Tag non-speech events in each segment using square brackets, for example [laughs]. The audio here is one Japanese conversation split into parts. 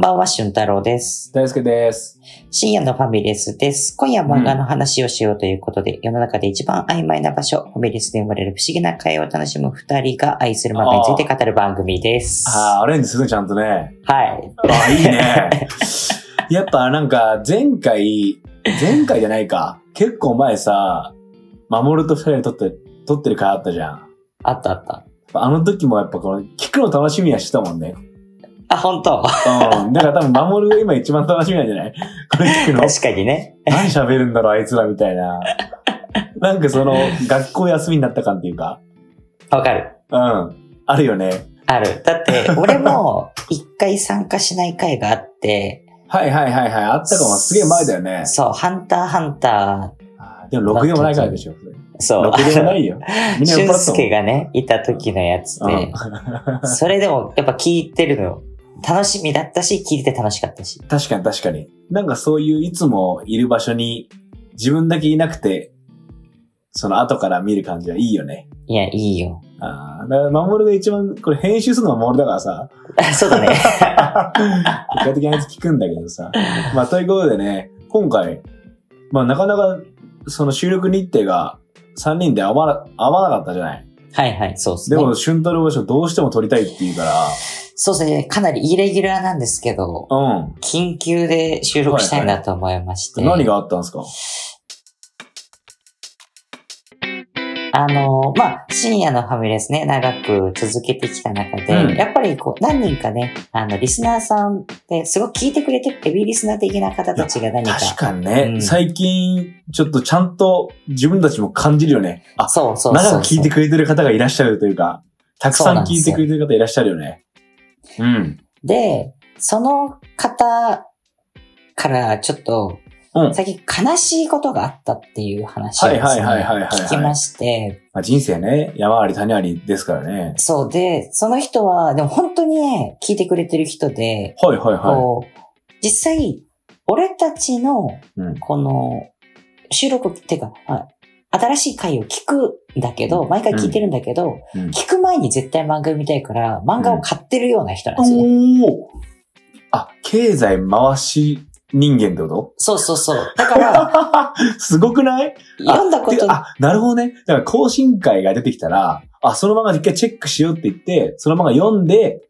ばんは、俊太郎です。大輔です。深夜のファミレスです。今夜は漫画の話をしようということで、世の中で一番曖昧な場所、ファミレスで生まれる不思議な会話を楽しむ二人が愛する漫画について語る番組です。ああ、アレンジするねちゃんとね。はい。あいいね。 [laughs] やっぱなんか、前回、前回じゃないか。結構前さ、守ると二人で撮って、撮ってる回あったじゃん。あったあった。あの時もやっぱこの、聞くの楽しみはしてたもんね。あ、本当うん。だから多分、守るが今一番楽しみなんじゃないこれ聞くの。確かにね。何喋るんだろう、あいつらみたいな。なんかその、学校休みになった感っていうか。わかる。うん。あるよね。ある。だって、俺も、一回参加しない会があって、はいはいはいはい。あったかも。すげえ前だよね。そう、ハンターハンタでも、6でもないからでしょ。ー、そう、 6でもないよ。みんな酔俊っ払ってたもん介がね、いた時のやつで、 [laughs] それでもやっぱ聞いてるのよ。楽しみだったし、聞いてて楽しかったし。確かに確かに。なんかそういういつもいる場所に自分だけいなくて、その後から見る感じはいいよね。いや、いいよ。 [laughs] ああ、だから、守が一番、これ編集するのは守だか [laughs] らさ、あそう [laughs] だね。結果的にあいつ聞くんだけどさ。まあ、ということでね、今回、まあ、なかなか、その収録日程が3人で合わな合わなかったじゃない。はいはい、そうですでね。も、俊太郎場所どうしても撮りたいって言うから、そうですね、かなりイレギュラーなんですけど、うん。緊急で収録したいなと思いまして。何があったんですかあの、まあ、深夜のファミレスね、長く続けてきた中で、うんやっぱりこう、何人かね、あの、リスナーさんって、すごく聞いてくれてるヘビーリスナー的な方たちが何か。確かにね、うん最近、ちょっとちゃんと自分たちも感じるよね。あ、そうそうそうそう。長く聞いてくれてる方がいらっしゃるというか、たくそうさなんんですよ聞いてくれてる方いらっしゃるよね。うん。で、その方からちょっと、うん最近悲しいことがあったっていう話をですねはいはいはいはいはいはい聞きまして、まあ、人生ね、山あり谷ありですからね。そうで、その人は、でも本当にね、聞いてくれてる人で、はいはいはこう、実際、俺たちのうん、この、収録、っていうか、あ新しい回を聞くんだけど、毎回聞いてるんだけど、い。うん聞く前に絶対漫画見たいから、漫画を買ってるような人なんですよね。おおあ、経済回し人間ってこそうそうそう。だ [laughs] から、と [laughs] すごくない読んだこてとか、あ、なるほどね。だから更新会が出てきたら、あ、その漫画一回チェックしようって言って、その漫画読んで、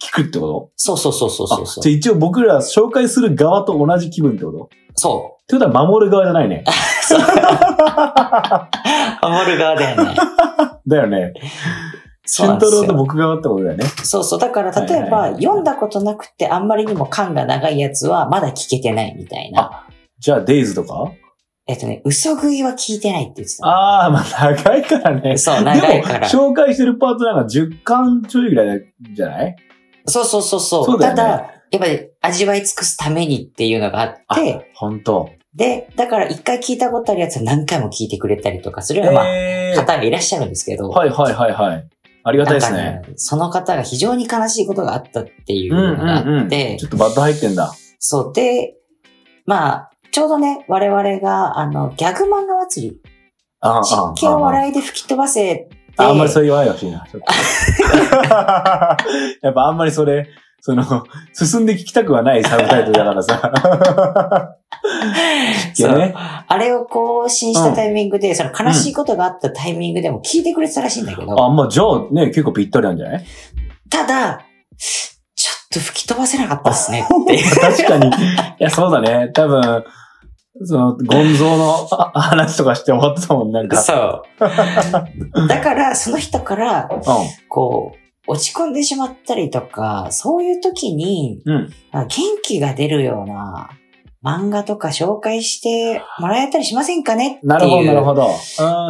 聞くってことそうそうそうそうそうあそじう。ゃあ一応僕ら紹介する側と同じ気分ってことってそことは守る側じゃないね。う。守る側だよね。だよね。 [laughs] そう俊なんで太す郎とよ。僕側ってことだよね。そうそう。だから、例えはいはいはいば、はい読んだことなくて、あんまりにも感が長いやつは、まだ聞けてないみたいな。あ、じゃあデイズとかえっとね、嘘食いは聞いてないって言ってた。ああ、まあ長いからね。そう、で長いから。そも、紹介してるパートナーが10巻ちょいぐらいじゃないうそうそうそう。そうだよたねだ、やっぱり、味わい尽くすためにっていうのがあっあて、、ほんと。で、だから一回聞いたことあるやつは何回も聞いてくれたりとかするような、まえあ、ー方がいらっしゃるんですけど、はいはいはいはい。ありがたいですね。ね、その方が非常に悲しいことがあったっていううんのうがあって、んうん。ちょっとバッド入ってんだ。そうで、まあ、ちょうどね、我々が、あの、ギャグ漫画祭り、ああ実況を笑いで吹き飛ばせって、ああんまりそれ言わないでほしいな。ちょっと [laughs] やっぱあんまりそれ、その、進んで聞きたくはないサブタイトルだからさ。実況ね。あれを更新したタイミングで、その悲しいことがあったタイミングでも聞いてくれてたらしいんだけど、あ、まあじゃあね、結構ぴったりなんじ [laughs] ゃないただ、ちょっと吹き飛ばせなかったですねっていう確かに。いや、そうだね。多分、その、ゴンゾーのあ話とかして終わってたもん、 [laughs] なんか。そう。だから、その人から、うこう、落ち込んでしまったりとか、そういう時に、ん。うん。あ元気が出るような漫画とか紹介してもらえたりしませんかねっていう。なるほど、なるほど。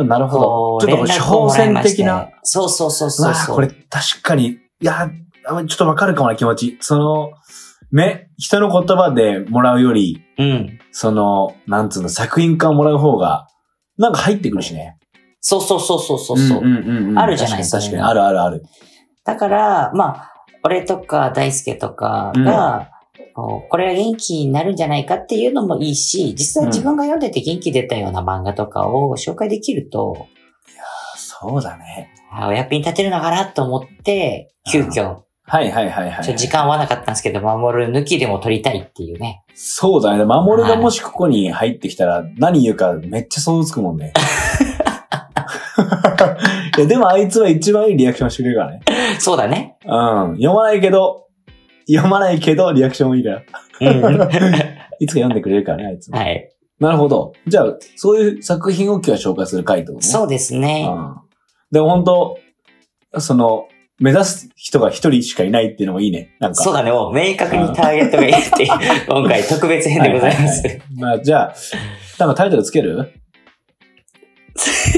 うん、なるこほうど。ちょっと、連絡を挑もらいま戦して的な。。そうそうそううそわうあそう。これ確かに、いや、あちょっとわかるかもな気持ち。その、ね、人の言葉でもらうより、うん。その、なんつうの、作品化をもらう方が、なんか入ってくるしね。そうそうそうそうそう。ううんうんうんうんあるじゃない確かそにう確いかうのに。あるあるある。だから、まあ、俺とか大輔とかが、こうこれが元気になるんじゃないかっていうのもいいし、実際自分が読んでて元気出たような漫画とかを紹介できると、そうだね。あお役に立てるのかなと思って、急遽、はいはいはいはちょっとい。時間はなかったんですけど、守る抜きでも取りたいっていうね。そうだね。守るがもしここに入ってきたら、何言うかめっちゃ想像つくもんね。 [laughs] いや、でもあいつは一番いいリアクションしてくれるからね。そうだね。うん。読まないけど、読まないけど、リアクションもいいから。うん。 [laughs] はいつか読んでくれるからね、あいつも。い。なるほど。じゃあ、そういう作品を今日は紹介する回ってことね。そうですね。うん。でも本当その、目指す人が一人しかいないっていうのもいいね。なんか。そうだね。もう明確にターゲットがいるっていう、 [laughs] 今回特別編でございます。はまあ、じゃあ、なんかタイトルつける [laughs]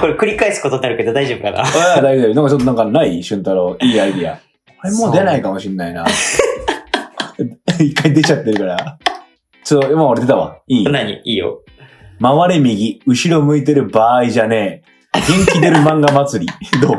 これ繰り返すことになるけど大丈夫かな [laughs] ああ、大丈夫。なんかちょっとなんかない俊太郎。いいアイディア。これもう出ないかもしんないな。一回出ちゃってるから。ちょっと、今俺出たわ。いい。何いいよ。回れ右、後ろ向いてる場合じゃねえ。元気出る漫画祭り。[laughs] [laughs] どう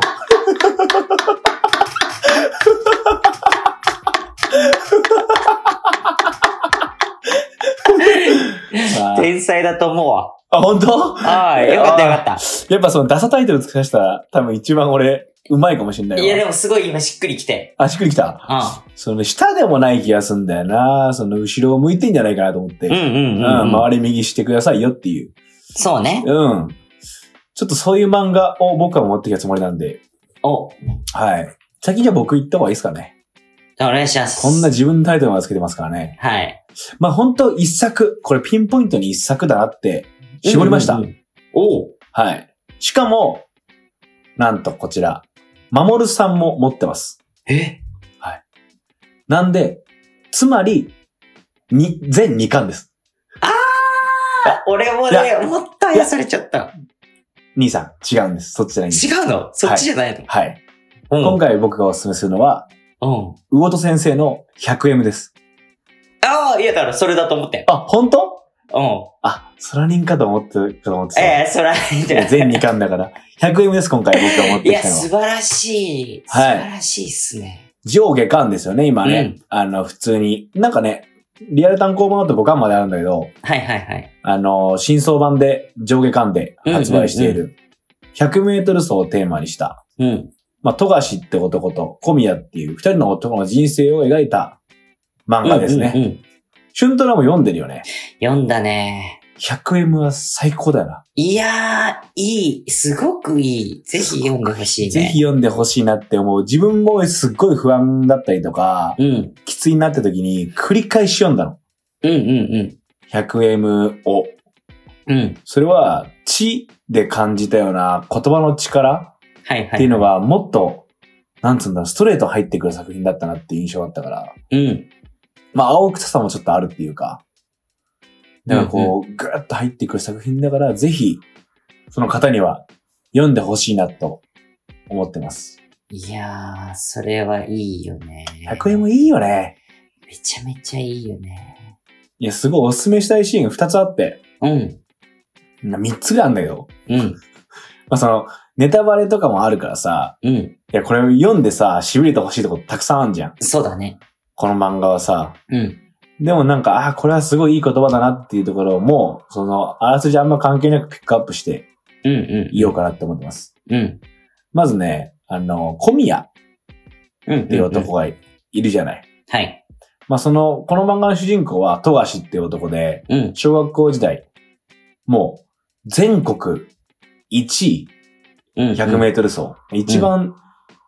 あー天才だと思うわ。あ、本当ああ、よかったよかっやっぱそのダサタイトルつけさせたら多分一番俺、うまいかもしんなた。いわ。いやでもすごい今しっくりきて。あ、しっくりきた。うその下でもない気がすんだよな。その後ろを向いてんじゃないかなと思って。ん。うんうんう、うんんうん。回り右してくださいよっていう。そうね。うん。ちょっとそういう漫画を僕は持ってきたつもりなんで。お、おはい。先じゃあ僕行った方がいいですかね。願いします。こんな自分のタイトルまでつけてますからね。はい。まあ本当一作、これピンポイントに一作だなって絞りました。うんうんうん。おうはい。しかも、なんとこちら、まもるさんも持ってます。えなんで、つまり、に、全2巻です。あ俺もいね、思ったよ、それちょっと。兄さん、違うんです。そっちじゃないんです。違うのそっちじゃないのはい。うん今回僕がお勧めするのは、うん。魚戸先生の 100M です。ああ、いやだからそれだと思って。あ、本当うん。あ、空人かと思って、かと思ってた。ええ、そら、いいんじゃない全2巻だから。100M です、今回僕が持っいてや、きたの素は。晴らしい。素はい晴らしいっすね。上下巻ですよね、今ね。うんあの、普通に。なんかね、リアル単行本だと5巻まであるんだけど、はいはいはい。あの、新装版で上下巻で発売している、100メートル走をテーマにした、うん。まあ、富樫って男と小宮っていう二人の男の人生を描いた漫画ですね。うんうんうん。シュントラも読んでるよね。読んだね。 100M は最高だよな。いやー、いい。すごくいい。ぜひ読んでほしいね。ぜひ。読んでほしいなって思う。自分もすっごい不安だったりとか、うん。きついなって時に繰り返し読んだの。うんうん 100M を。うん。うん。それは、地で感じたような言葉の力はいはい。っていうの。がもっと、なんつうんだろう、ストレート入ってくる作品だったなっていう印象だったから。うん。まあ、青臭さもちょっとあるっていうか。だからこう、ぐーっと入ってくる作品だから、ぜひ、その方には読んでほしいなと思ってます。いやー、それはいいよね。 100M いいよね。めちゃめちゃいいよね。いや、すごいおすすめしたいシーンが2つあって、うん。な3つがあるんだけど。うん。まあ、その、ネタバレとかもあるからさ、うん。いや、これを読んでさ、痺れてほしいとこたくさんあるじゃん。そうだね。この漫画はさ。うん。でもなんか、ああ、これはすごいいい言葉だなっていうところをもう、その、あらすじあんま関係なくピックアップしてうんいようかなって思ってます。うん。うん。まずね、あの、小宮っうん。っていう男。がいるじゃない。はい。まあその、この漫画の主人公は、富樫っていう男で、うん。小学校時代、もう、全国1位、うん。 100メートル走。一番、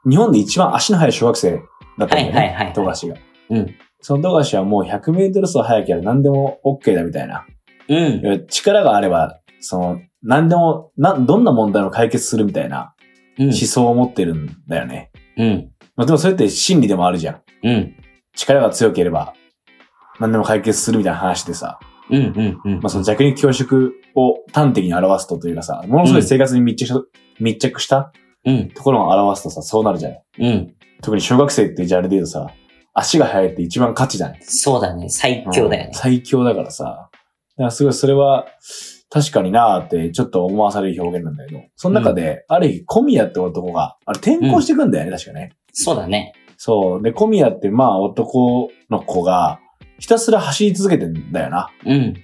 日本で一番足の速い小学生だったんだはいよね。はいはいはい富樫が。うん。その富樫はもう100メートル走速いから何でも OK だみたいな。うん。力があれば、その、何でも、な、どんな問題も解決するみたいなうん思。想を持ってるんだよね。うん。まあでもそれって真理でもあるじゃん。うん。力が強ければ、何でも解決するみたいな話でさ、うん。うん。うんまあその弱肉強食を端的に表すとというかさ、ものすごい生活に密着し密着したうん。ところを表すとさ、そうなるじゃない。うん。特に小学生ってジャンルで言うとさ、足が速いって一番勝ちじゃない。そうだね。最強だよね。最強だからさ。だからすごいそれは、確かになーってちょっと思わされる表現なんだけど、その中で、ある日小宮って男が、あれ転校してくんだよね、確かね。そうだね。そう。で、小宮ってまあ男の子が、ひたすら走り続けてんだよな。うん。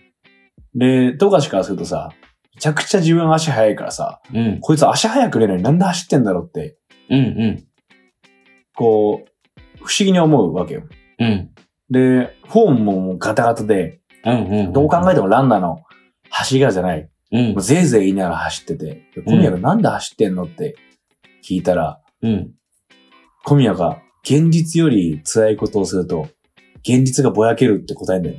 で、富樫からするとさ、めちゃくちゃ自分足速いからさ、うん。こいつ足速くねえのになんで走ってんだろうってうん。うん。こう、不思議に思うわけよ。うん。で、フォームももうガタガタで、うんうん。どう考えてもランナーの走りがじゃない。うんもう。ぜいぜい言いながら走ってて、で小宮がなんで走ってんのって聞いたら、うん。小宮が現実より辛いことをすると、現実がぼやけるって答えんだよ。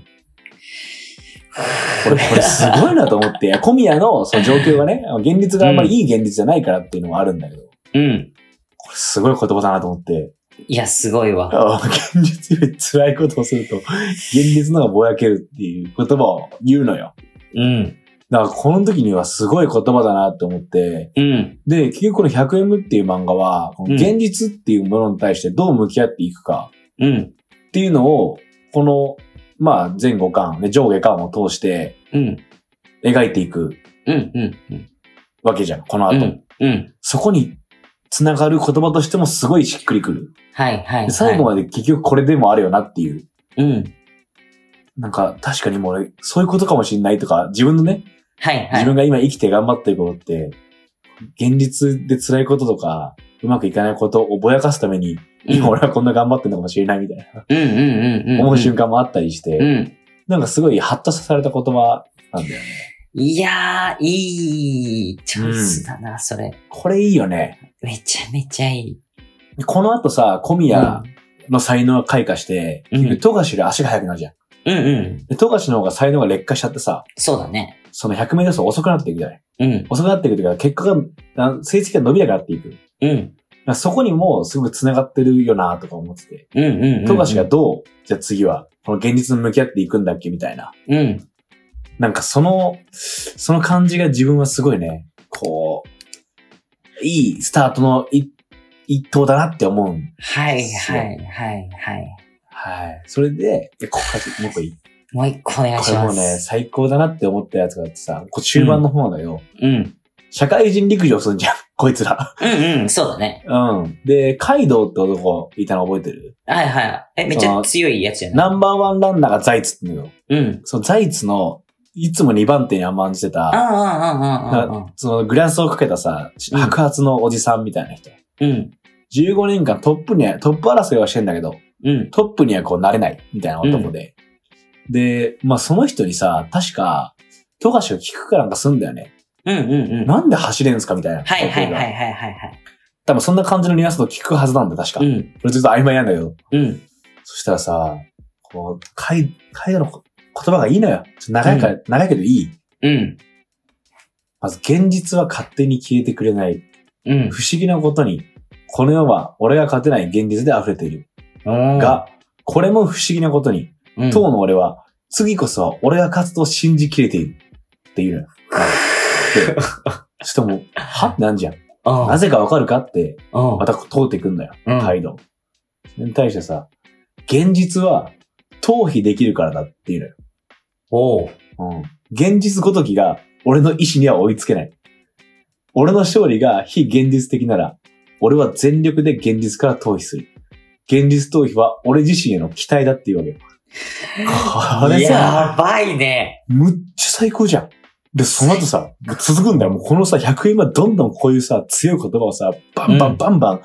これ、これすごいなと思って、いや小宮のその状況がね、現実があんまりいい現実じゃないからっていうのもあるんだけど、うん。これすごい言葉だなと思って、いや、すごいわ。あ現実より辛いことをすると、現実の方がぼやけるっていう言葉を言うのよ。うん。だからこの時にはすごい言葉だなと思って、うん。で、結局この 100M っていう漫画は、この現実っていうものに対してどう向き合っていくか、うん。っていうのを、この、まあ、前後巻、ね上下巻を通してうん。描いていくうん。うん。うん。わけじゃん、このう後。ん。うん。そこに繋がる言葉としてもすごいしっくりくる。はいはい、はい。で最後まで結局これでもあるよなっていう。うん。なんか、確かにもう俺、そういうことかもしんないとか、自分のね、はいは自い分。が今生きて頑張ってることって、現実で辛いこととか、うまくいかないことをぼやかすために、今俺はこんな頑張ってるのかもしれないみたいな、うんうんうんうん。思う瞬間もあったりして、うん。なんかすごいハッとされた言葉なんだよね。いやー、いいチャンスだな、それ。これいいよね。めちゃめちゃいい。この後さ、小い宮の才能が開花して、うん富樫より足が速くなるじゃん。うんうん。で富樫の方が才能が劣化しちゃってさ、そうだね。その100メートル走遅くなっていくじゃない。うん。遅くなっていくというか、結果が、あ成績が伸びなくなっていく。だかうん。らそこにもすごく繋がってるよなとか思ってて。うんうんうんうん。富樫がどう、じゃあ次は、この現実に向き合っていくんだっけみたいな。うん。なんかその、その感じが自分はすごいね、こう、いいスタートの一一投だなって思うんはいはいはいはい。はい。それで、えここもう一個いいもう一個お願いこしれもまうね、す。最高だなって思ったやつがあってさ、こう中盤の方だよ。うん。社会人陸上すんじゃん、 [laughs] こいつら。うんうん、そうだね。うん。で、カイドウって男いたの覚えてるはいはい。え、めっちゃ強いやつじゃないナンバーワンランナーがザイツって言うのよ。うん。そのザイツの、いつも2番手に甘んじてあた、あ、ああ、ああ、ああ。そのグラスをかけたさ、うん白髪のおじさんみたいな人。うん。 15年間トップには、トップ争いはしてんだけど、うん。トップにはこうなれない、みたいな男で。で、まあその人にさ、確か、富樫を聞くかなんかすんだよね。うんうんうん。なんで走れんすかみたいな。はいはいはいはいはいはい。多分そんな感じのニュアンスの聞くはずなんだ、確か。うこん。れちょっと曖昧なんだけど。うん。そしたらさ、こう、カイ、カイドのこ言葉がいいのよ。ちょっと長いから、長いけどいい。うん。まず、現実は勝手に消えてくれない。うん。不思議なことに、この世は俺が勝てない現実で溢れている。が、が、これも不思議なことに、うん当の俺は、次こそは俺が勝つと信じきれている。っていうのよ。でちょっともう、はってなんじゃん。うんなぜかわかるかって、うんまた通っていくんだよ。うん態度。それに対してさ、現実は逃避できるからだっていうおうのよ。現実ごときが俺の意志には追いつけない。俺の勝利が非現実的なら、俺は全力で現実から逃避する。現実逃避は俺自身への期待だっていうわけよ。これやさ、ばいね。むっちゃ最高じゃん。で、その後さ、続くんだよ。もうこのさ、100円はどんどんこういうさ、強い言葉をさ、バンバンバンバン、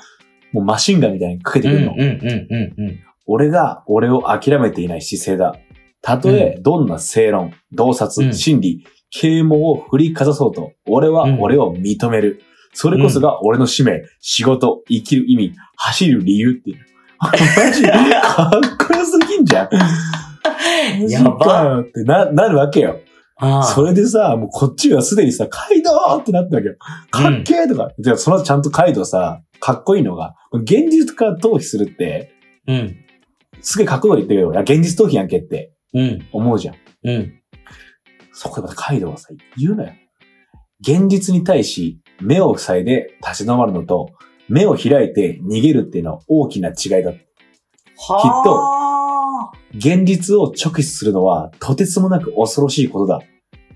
もうマシンガンみたいにかけうてんくうんるの。うんうんうん。俺が俺を諦めていない姿勢だ。たとえどんな正論、洞う察、ん心理、啓蒙を振りかざそうと、俺はうん俺を認める。それこそが俺の使命、仕事、生きる意味、走る理由っていう。 [laughs] マジ、かっこよすぎん [laughs] じゃん。やばマジかってな、なるわけよ。そあれでさ、もうこっちはすでにさ、カイドウってなったわけよ。かっけーとか。じゃあその後ちゃんとカイドウさ、かっこいいのが、現実から逃避するって、あ。うん。すげえ覚悟言ってるよ。いや現実逃避やんけってうん。思うじゃん。うん。そこでまたカイドウはさ、言うなよ。現実に対し、目を塞いで立ち止まるのと、目を開いて逃げるっていうのは大きな違いだ。はあ。現実を直視するのはとてつもなく恐ろしいことだ。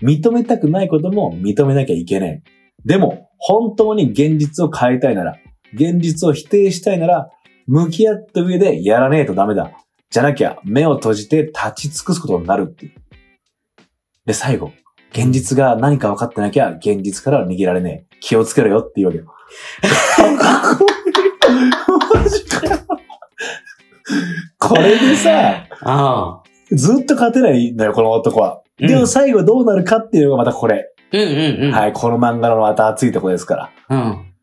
認めたくないことも認めなきゃいけない。でも、本当に現実を変えたいなら、現実を否定したいなら、向き合った上でやらねえとダメだ。じゃなきゃ目を閉じて立ち尽くすことになるっていう。で、最後。現実が何か分かってなきゃ、現実からは逃げられねえ。気をつけろよっていうわけよ。マジかよこれでさ、ああ。ずっと勝てないんだよ、この男は。でうもん最後どうなるかっていうのがまたこれ。うんうん。。はいい、この漫画のまた熱いとこですから。うん。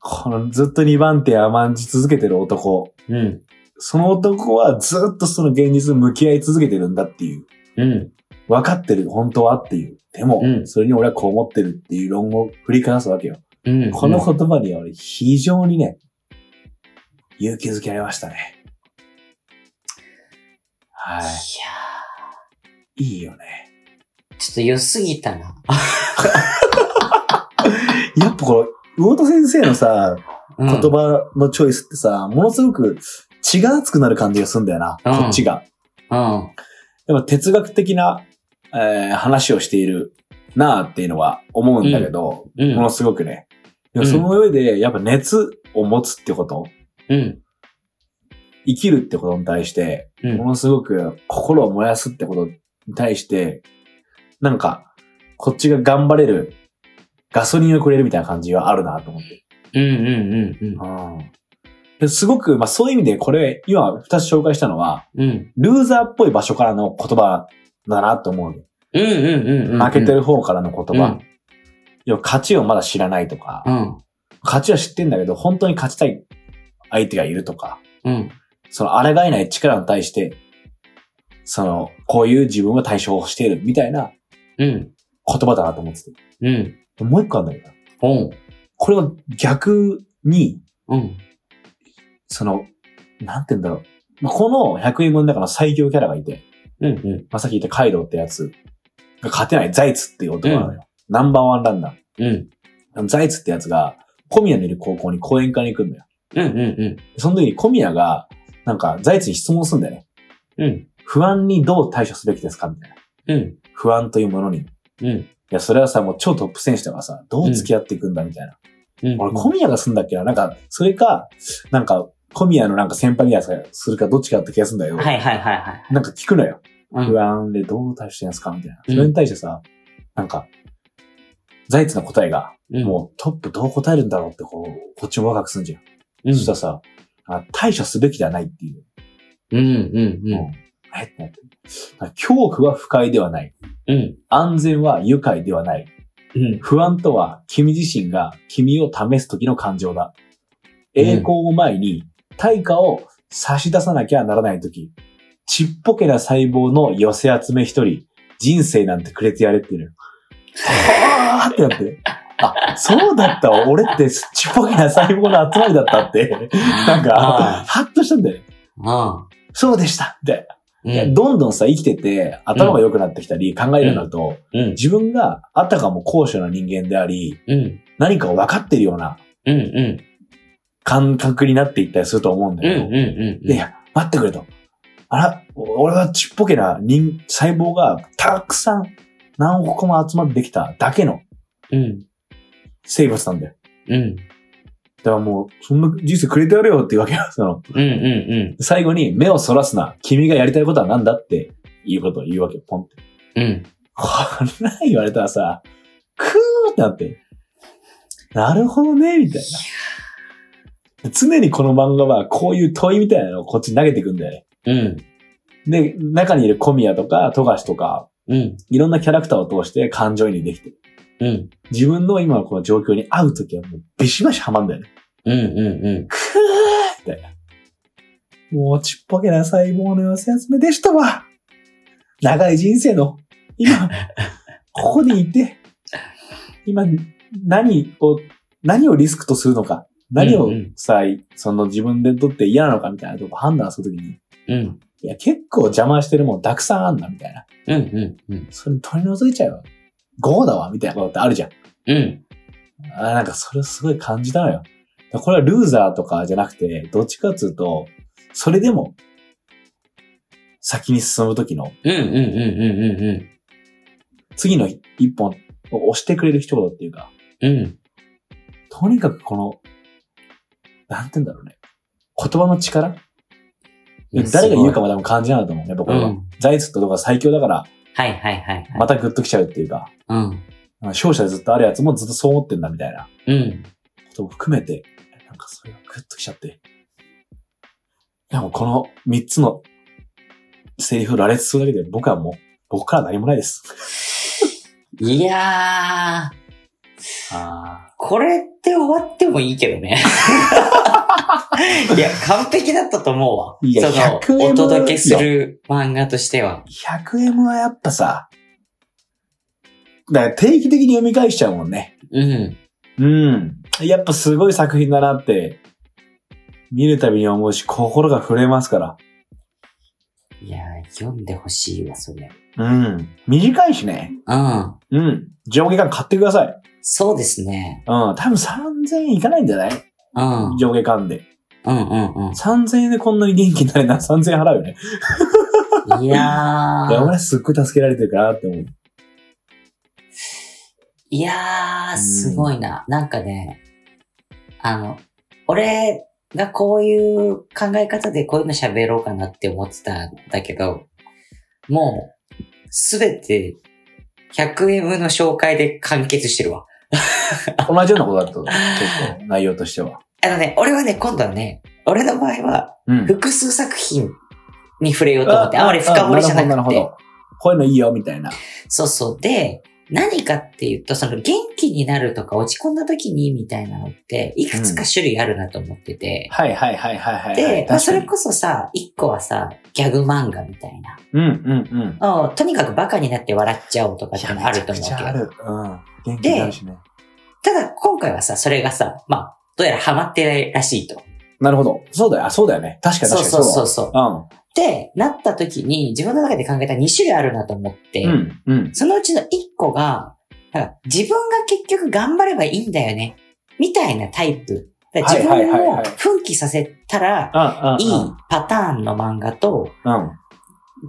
このずっと2番手甘んじ続けてる男。うん。その男はずっとその現実に向き合い続けてるんだっていう。うん。分かってる、本当はっていう。でも、うんそれに俺はこう思ってるっていう論を振り返すわけよ。うん。この言葉には俺非常にね、勇気づけられましたね。はいやい。いいよね。ーちょっと良すぎたな。やっぱこの、魚田先生のうさ、ん言葉のチョイスってさ、ものすごく血が熱くなる感じがするんだよな、うんこっちが。うん。でも哲学的な、えー話をしているなあっていうのは思うんだけど、うんものすごくね。でもうんその上で、やっぱ熱を持つってこと、うん。生きるってことに対して、うんものすごく心を燃やすってことに対して、なんか、こっちが頑張れる、ガソリンをくれるみたいな感じはあるなと思って。うんうんうんうんですごく、まあそういう意味で、これ、今二つ紹介したのは、うん。うん。ルーザーっぽい場所からの言葉だなと思うの。うんうんうんうん。負けてる方からの言葉。うん要は勝ちをまだ知らないとか、うん。勝ちは知ってんだけど、本当に勝ちたい相手がいるとか、うん。その抗えない力に対して、その、こういう自分は対処をしているみたいなうん。言葉だなと思ってて。うん。もう一個あるんだけどな、うん。これは逆に、うん。その、なんて言うんだろう。まあ、この100円分の中の最強キャラがいて、うん。うん。まあ、さっき言ったカイドウってやつが勝てないザイツっていう男なのよ。ナンバーワンランナうん。ー。ザイツってやつが、小宮のいる高校に講演会に行くんだよ。うん。うん。その時に小宮が、なんか、ザイツに質問するんだよね。うん。不安にどう対処すべきですかみたいな。うん。不安というものに。うん。いや、それはさ、もう超トップ選手だからさ、どう付き合っていくんだみたいな。うん。俺、小宮がすんだっけななんか、それか、なんか、小宮のなんか先輩みたいなやつがするかどっちかだった気がするんだよ。はいはいはいはい。なんか聞くのよ。うん不安でどう対処してんすかみたいな。うそんれに対してさ、なんか、ザイツの答えが、うんもうトップどう答えるんだろうってこう、こっちも若くすんじゃん。うん。そしたらさ、あ対処すべきではないっていう。うんうんうんえってなって。だから恐怖は不快ではない。うん。うん。安全は愉快ではない。うん。不安とは君自身が君を試す時の感情だ。うん栄光を前に対価を差し出さなきゃならない時。ちっぽけな細胞の寄せ集め一人、人生なんてくれてやれっていうのよ。はーってなって。あ、そうだったわ。俺ってちっぽけな細胞の集まりだったって。なんか、あはっとしたんだよね。ああ。そうでしたみたいな。うでん。どんどんさ、生きてて、頭が良くなってきたり、考えるようになると、うん。自分があたかも高所な人間であり、うん。何かを分かってるようなうん。うん。感覚になっていったりすると思うんだうん。けど、うん。うん。でいや、待ってくれと。あら、お俺はちっぽけな人、細胞がたくさん何億個も集まってきただけのうん。生物なんだよ。うん。だからもう、そんな人生くれてやれよっていうわけよ。その、うん。うん。最後に目をそらすな。君がやりたいことは何だっていうことを言うわけよ。ポンって。うん。こんなん言われたらさ、クーってなって、なるほどね、みたいな。常にこの漫画はこういう問いみたいなのをこっちに投げてくんだよね。うん。で、中にいる小宮とか、富樫とか、うん。いろんなキャラクターを通して感情移入できてる。うん。自分の今のこの状況に合うときはもうビシバシハマんだよね。うん。うん。うん。クーみたいな。もうちっぽけな細胞の寄せ集めでしたわ。長い人生の、今、ここにいて、今、何を、何をリスクとするのか、何をうんうんさ、その自分でとって嫌なのかみたいなとこ判断するときに、うん。いや、結構邪魔してるもんたくさんあんな、みたいな。うん。うん。うん。それ取り除いちゃうよ。ゴーだわ、みたいなことってあるじゃん。うん。あーなんかそれをすごい感じたのよ。これはルーザーとかじゃなくて、どっちかっていうと、それでも、先に進む時の、うん。うん。うん。うん。次の一本を押してくれる一言っていうか、うん。とにかくこの、なんて言うんだろうね。言葉の力誰が言うか。までも感じなんだと思う。やっぱこれは。うんザイツとか最強だから、はいはいはい。またグッときちゃうっていうか、うん。勝者でずっとあるやつもずっとそう思ってんだみたいなうん。ことも含めて、なんかそれがグッときちゃって、でもこの3つのセリフ羅列するだけで僕はもう、僕から何もないです。いやー、あこれって終わってもいいけどね。いや、完璧だったと思うわ。いやそ100の、円おも届けする漫画としては。あ。100M はやっぱさ、だから定期的に読み返しちゃうもんね。うん。うん。やっぱすごい作品だなって、見るたびに思うし、心が震えますから。いやー、読んでほしいわ、それ。うん。短いしね。うん。うん。上下巻買ってください。うん。そうですね。多分3000円いかないんじゃないうん。うん上下巻で。うん3000円でこんなに元気になれるな。3000円払う [laughs] よね。うん。いや [laughs] いや、ー、俺はすっごい助けられてるかなって思う。いやー、すごいな。なんかね、あの、俺がこういう考え方でこういうの喋ろうかなって思ってたんだけど、もう、すべて、100M の紹介で完結してるわ。同じようなことだ [laughs] と、結構、内容としては。あのね、俺はね、今度はね、俺の場合は、うん。複数作品に触れようと思って、あまり深掘りじゃなるなくほどなてるほ、ど。こういうのいいよ、みたいな。そうそう。で、何かっていうと、その元気になるとか落ち込んだ時にみたいなのって、いくつか種類あるなと思ってて。はいはいはいはいはいはい。で、まあ、それ確かこそさ、一個はさ、ギャグ漫画みたいな。にうんうんうん。あとにかくバカになって笑っちゃおうとかっていうのあると思うめけちゃくちゃあど。る。うん。元気になるしね。ただ、今回はさ、それがさ、まあ、どうやらハマってないらしいと。なるほど。そうだよ。あ、そうだよね。確かにそう確かにそうそううそう。だわで、なった時に、自分の中で考えた2種類あるなと思って、うん。うん。うん。そのうちの1個が、なんか自分が結局頑張ればいいんだよね、みたいなタイプ。だから自はいはいはい分はをい奮起させたらあ、あ、いいパターンの漫画と、うん。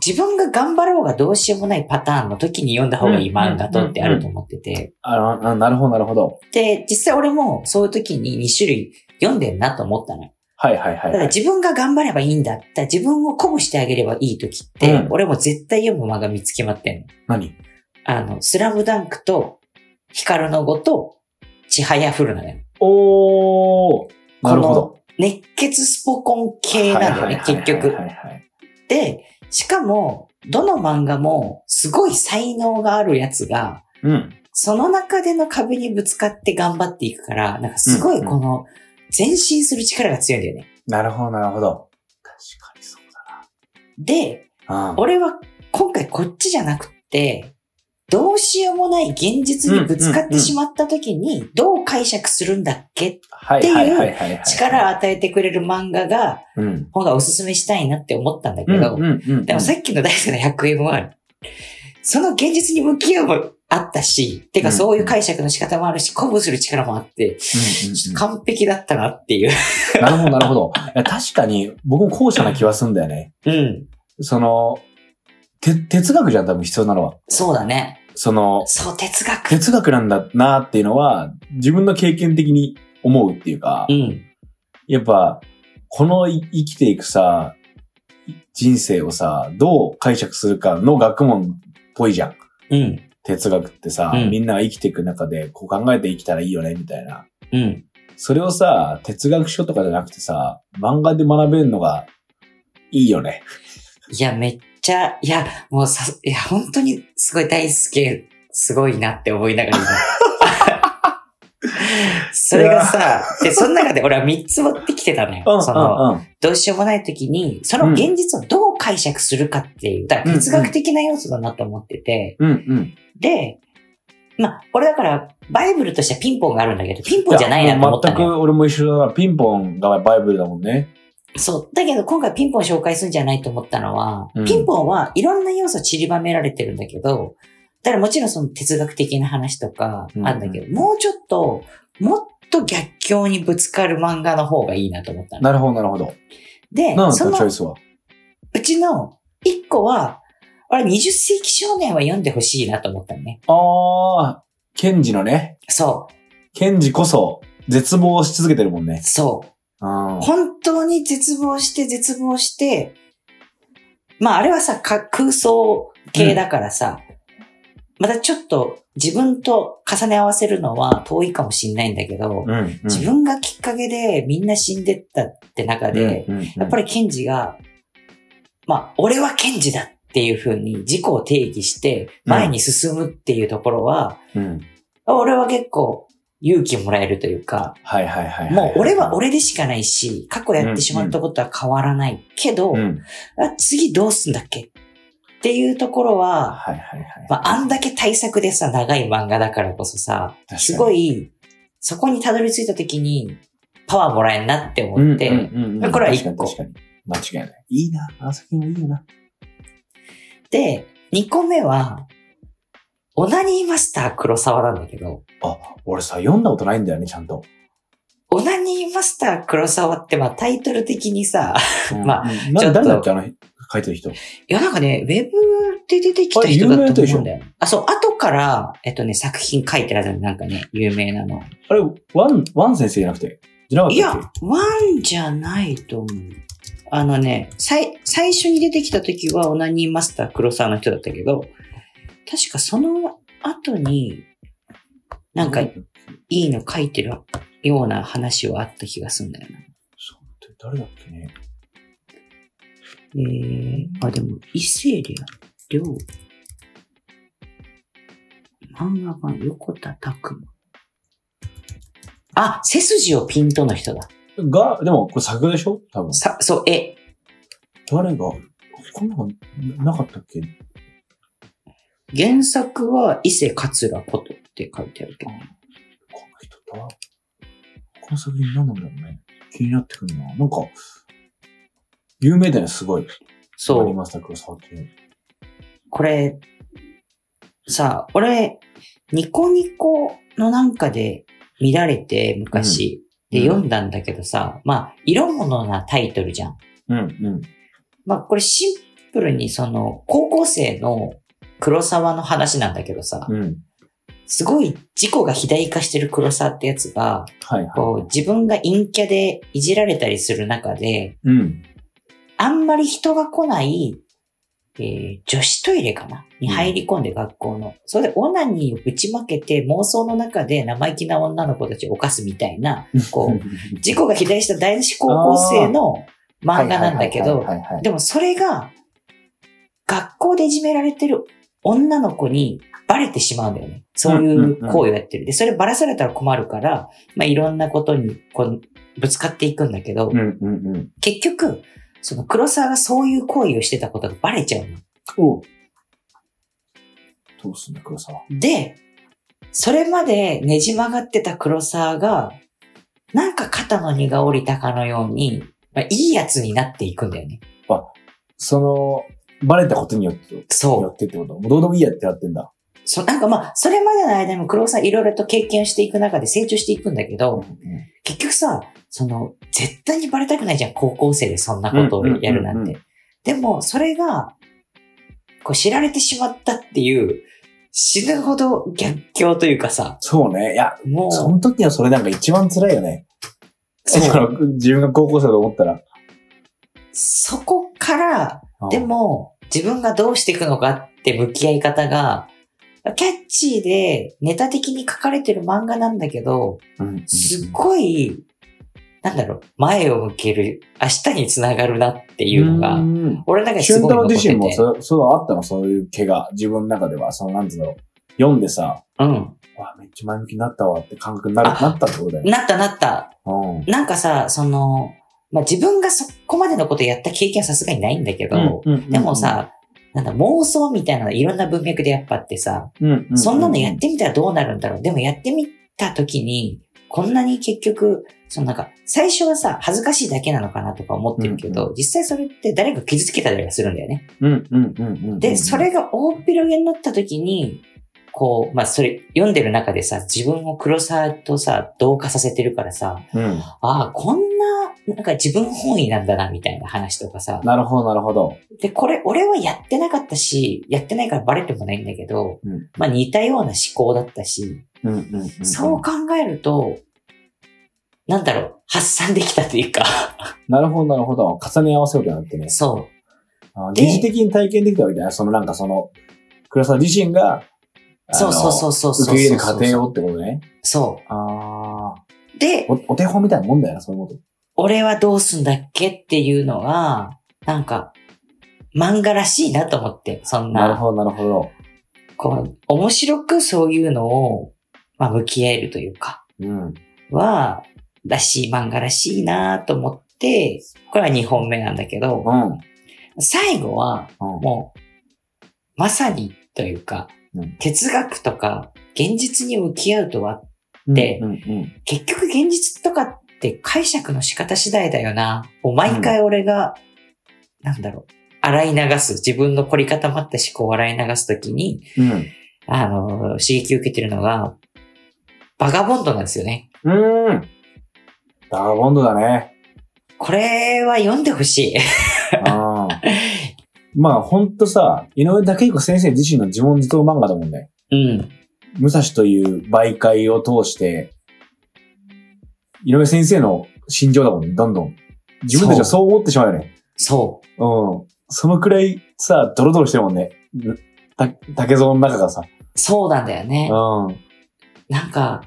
自分が頑張ろうがどうしようもないパターンの時に読んだ方がいい漫画とってあると思ってて。ああ、なるほど、なるほど。で、実際俺もそういう時に2種類読んでんなと思ったのよ。はいはだいはいかはらい。自分が頑張ればいいんだったら自分を鼓舞してあげればいい時って、うん俺も絶対読む漫画見つけまってんの。何あの、スラムダンクと、ヒカルの語と、ちはやふるなのよ。おー。なるほど。熱血スポコン系なんだよね、結局はい。はいはいで、しかも、どの漫画も、すごい才能があるやつが、うん。その中での壁にぶつかって頑張っていくから、なんかすごいこの、前進する力が強いんだよね。なるほど、なるほど。確かにそうで、だな。俺は今回こっちじゃなくて、どうしようもない現実にぶつかってしまった時に、どう解釈するんだっけはいはいはいはいはい。力を与えてくれる漫画が、うん。本がおすすめしたいなって思ったんだうけん。うど、んうん。でもさっきの大好きな100円は、その現実に向き合うもあったし、てかうんそういう解釈の仕方もあるし、鼓舞する力もあって、ちょっとう完璧だったなっていう。んうん、なるほど、なるほど。いや確かに、僕も後者な気はすんだよね。うん。その、て、哲学じゃん、多分必要なのは。そうだね。その、そう、哲学。哲学なんだなっていうのは、自分の経験的に思うっていうかう、ん。やっぱ、このい生きていくさ、人生をさ、どう解釈するかの学問っぽいじゃん。うん。哲学ってさ、うんみんなが生きていく中で、こう考えて生きたらいいよね、みたいな。うん。それをさ、哲学書とかじゃなくてさ、漫画で学べるのがいいよね。いや、めっちゃ、いや、もうさ、いや、本当にすごい大輔、すごいなって思いながら [laughs] 今それがさ、で、その中で俺は3つ持ってきてたのよ。その、うん、うん。どうしようもない時に、その現実をどう解釈するかっていう、だから哲学的な要素だなと思ってて、うん、うん。で、まあ、俺だから、バイブルとしてはピンポンがあるんだけど、ピンポンじゃないなと思ったやもうのよ。全く俺も一緒だな。ピンポンがバイブルだもんね。そう。だけど、今回ピンポン紹介するんじゃないと思ったのは、うんピンポンはいろんな要素散りばめられてるんだけど、だからもちろんその哲学的な話とかあるんだけど、うんもうちょっと、もっと逆境にぶつかる漫画の方がいいなと思ったの。なるほど、なるほど。で、なんだチそのョイスは。うちの一個は、俺20世紀少年は読んでほしいなと思ったのね。あー、ケンジのね。そケンジこそ、絶望し続けてるもんう、ね。そう。うん。本当に絶望して、絶望して、まああれはさ、か空想系だからさ、またちょっと自分と重ね合わせるのは遠いかもしれないんだけど、うんうん自分がきっかけでみんな死んでったって中で、うんうんうんやっぱりケンジが、まあ、俺はケンジだっていう風に自己を定義して前に進むっていうところは、うん俺は結構勇気もらえるというか、はいはいはいい。もう俺は俺でしかないし、過去やってしまったことは変わらないけど、うん。あ次どうすんだっけっていうところは、はいはいはい。まあ、あんだけ対策でさ、長い漫画だからこそさ、確かにすごい、そこにたどり着いた時に、パワーもらえんなって思って、うんうんうんうんこれは一個確かに確かに間違いない。いいな。あの作品もいいよな。で、2個目は、オナニーマスター黒沢なんだけど、あ、俺さ、読んだことないんだよね、ちゃん [laughs] と。オナニーマスター黒沢って、まあタイトル的にさ、まあ、なんちょっと誰だっけ、あの、書いてる人。いやなんかね、ウェブで出てきた人だったと思うんだあよ。あ、そう、後から、えっとね、作品書いてらっしゃる、なんかね、有名なの。あれ、ワン、ワン先生じゃなくて。じゃなかいったやっ、ワンじゃないと思う。あのね、最、最初に出てきた時はオナニーマスター黒沢の人だったけど、確かその後に、けなんかいいの書いてるような話はあった気がするんだよな。そうって誰だっけね。えー、あ、でも、伊勢りゃ、りょう。漫画版、横田拓馬。あ、背筋をピンとの人だ。が、でも、これ作画でしょ多分。さ、そう、え、誰が、こんなのなかったっけ原作は伊勢桂ことって書いてあるけど。この人とは、この作品何なんだろうね。気になってくるな。なんか、有名だよね、すごい。そありう、ました、黒沢って。これ、さ、俺、ニコニコのなんかで見られて、昔、うんで読んだんだけどさ、まあ、色物なタイトルじゃん。うん、うん。まあこれシンプルにその高校生の黒沢の話なんだけどさ、うん。すごい事故が肥大化してる黒沢ってやつが、はいはこう自分が陰キャでいじられたりする中で、い。うん。あんまり人が来ない、えー女子トイレかなに入り込んで学校の。それでオナニーをぶちまけて妄想の中で生意気な女の子たちを犯すみたいな、こう、 [laughs] 事故が肥大した男子高校生の漫画なんだけど、はいはいはいはいはいでもそれが、学校でいじめられてる女の子にバレてしまうんだよね。そういんうんううん行為をやってる。で、それバラされたら困るから、まあ、いろんなことにこうぶつかっていくんだけど、うんうんうん。結局、その黒沢がそういう行為をしてたことがバレちゃうの。おうどうすんだ、黒沢。で、それまでねじ曲がってた黒沢が、なんか肩の荷が下りたかのように、まあ、いいやつになっていくんだよね。その、バレたことによって、そうよ。ってってこともうどうでもいいやってやってんだ。そう、なんかまあ、それまでの間にも黒尾さんいろいろと経験していく中で成長していくんだけど、結局さ、その、絶対にバレたくないじゃん、高校生でそんなことをやるなうんんうんうんて。でも、それが、こう知られてしまったっていう、死ぬほど逆境というかさ、そうね。いや、もう、その時はそれなんか一番辛いよね。そうその [laughs] 自分が高校生だと思ったら。そこから、でも、自分がどうしていくのかって向き合い方が、キャッチーでネタ的に書かれてる漫画なんだけど、うん、うんうんすっごい、なんだろう、前を向ける、明日につながるなっていうのが、ん俺なんかす俊ごい太郎残って自身て。もそ、そうあったの、そういう怪我。自分の中では、その、なんつうの、読んでさ、うん。わ、めっちゃ前向きになったわって感覚になるあなったってことだよね。なったなった。うん。うんなんかさ、その、まあ、自分がそこまでのことやった経験はさすがにないんだけど、うんうんでも、さ、なんだ、妄想みたいなのいろんな文脈でやっぱあってさ、うんうそんなのやってみたらどうなるんだろう。でもやってみた時に、こんなに結局、そのなんか、最初はさ、恥ずかしいだけなのかなとか思ってるけど、うん実際それって誰か傷つけたりはするんだよね。うんうんうんうんうん。で、それが大っぴらげになった時に、こう、まあ、それ、読んでる中でさ、自分を黒沢とさ、同化させてるからさ、うん。ああ、こんな、なんか自分本位なんだな、みたいな話とかさ。なるほど、なるほど。で、これ、俺はやってなかったし、やってないからバレてもないんだけど、うんまあ、似たような思考だったし、うんうんうん。そう考えると、なんだろう、発散できたというか、 [laughs] なるほど、なるほど。重ね合わせるようになってね。そあで疑似的に体験できたわけだよ。そのなんかその、倉沢自身が。そうそうそううそう受そう。け入れる過程をってことね。そああ。う。で、お、お手本みたいなもんだよな、そういうこと。俺はどうすんだっけっていうのが、なんか、漫画らしいなと思って、そんなるな、ほど、なるほど。こう、面白くそういうのを、まあ、向き合えるというか、うん。は、らしい、漫画らしいなと思って、これは2本目なんだけど、うん。最後は、うん。もう、まさにというか、うん哲学とか、現実に向き合うとは、でうん、うん。結局現実とかって解釈の仕方次第だよな。もう毎回俺が、なんだろう、洗い流す。自分の凝り固まった思考を洗い流すときに、うん。あの、刺激を受けてるのが、バガボンドなんですよね。うーん。ダーボンドだね。これは読んでほしい。うん。まあ、ほんとさ、井上武彦先生自身の自問自答漫画だもんね。うん。武蔵という媒介を通して、井上先生の心情だもんね、どんどん。自分たちはそう思ってしまうよね。そう。うん。そのくらいさ、ドロドロしてるもんね。た、竹蔵の中がさ。そうなんだよね。うん。なんか、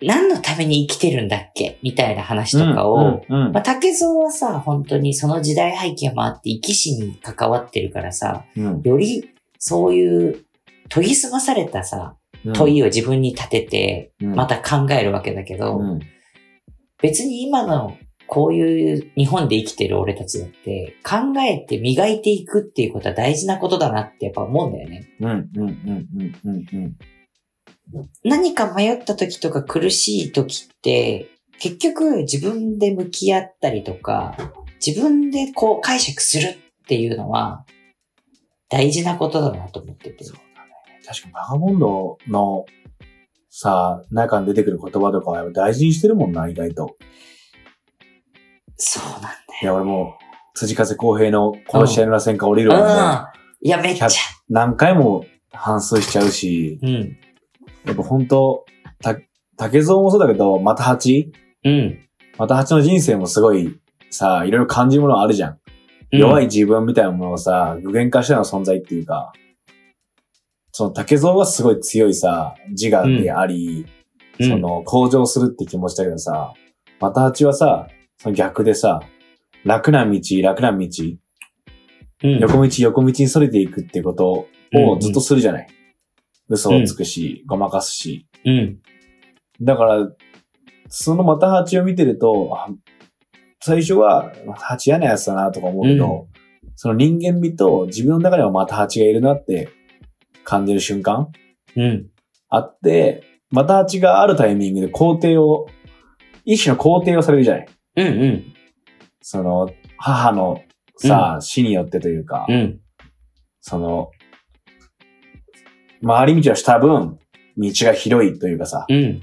何のために生きてるんだっけみたいな話とかを、うん。うんまあ、竹蔵はさ、本当にその時代背景もあって生き死に関わってるからさ、うんよりそういう研ぎ澄まされたさ、うん問いを自分に立てて、うんまた考えるわけだけど、うん別に今のこういう日本で生きてる俺たちだって、考えて磨いていくっていうことは大事なことだなってやっぱ思うんだよね。うん。うん。うん。うん。うん。うん。何か迷った時とか苦しい時って、結局自分で向き合ったりとか、自分でこう解釈するっていうのは、大事なことだなと思ってて。確かにバガボンドのさ、中に出てくる言葉とかはやっぱ大事にしてるもんな、意外と。そうなんだいや、俺も、辻風公平のこの試合の螺旋が降りるわね、よ。うん。いや、めっちゃ。何回も反数しちゃうし、うん。やっぱ本当た、竹蔵もそうだけど、また八うん。また八の人生もすごい、さ、いろいろ感じるものあるじゃん。弱い自分みたいなものをさ、具現化したような存在っていうか、その竹蔵はすごい強いさ、自我であり、うん、その、向上するって気持ちだけどさ、また八はさ、その逆でさ、楽な道、楽な道、うん、横道、横道にそれていくってことをずっとするじゃない。嘘をつくし、ごまかすし。うん。だから、そのまた八を見てると、あ最初は、また八嫌なやつだなとか思うけど、その人間味と自分の中ではまた八がいるなって感じる瞬間うん。あって、また八があるタイミングで肯定を、一種の肯定をされるじゃないうん。うん。その、母のさ、死によってというか、うん。その、回り道をした分、道が広いというかさ、うん。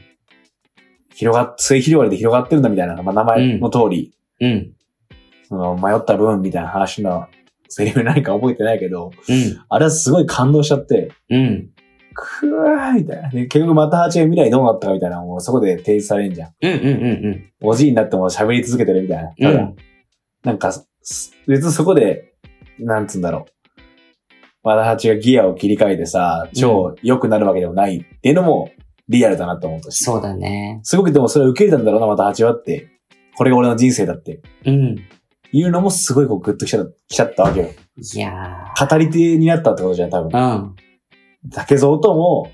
広がっ、末広がりで広がってるんだみたいな、まあ、名前の通り、うん。その迷った分みたいな話のセリフ何か覚えてないけど、うん。あれはすごい感動しちゃって、うん。くわーみたいな。で結局また八が未来どうなったかみたいな、もうそこで提示されんじゃん。うん。うん。うん。おじいになっても喋り続けてるみたいな。ただ、うんなんか、す別にそこで、なんつうんだろう。和田八がギアを切り替えてさ、超良くなるわけでもないっていうのもリアルだなと思ったし。そうだね。すごくでもそれを受け入れたんだろうな、和田八はって。これが俺の人生だって。うん。いうのもすごいこうグッときちゃきちゃったわけよ。いや語り手になったってことじゃん、多分。ー。竹蔵とも、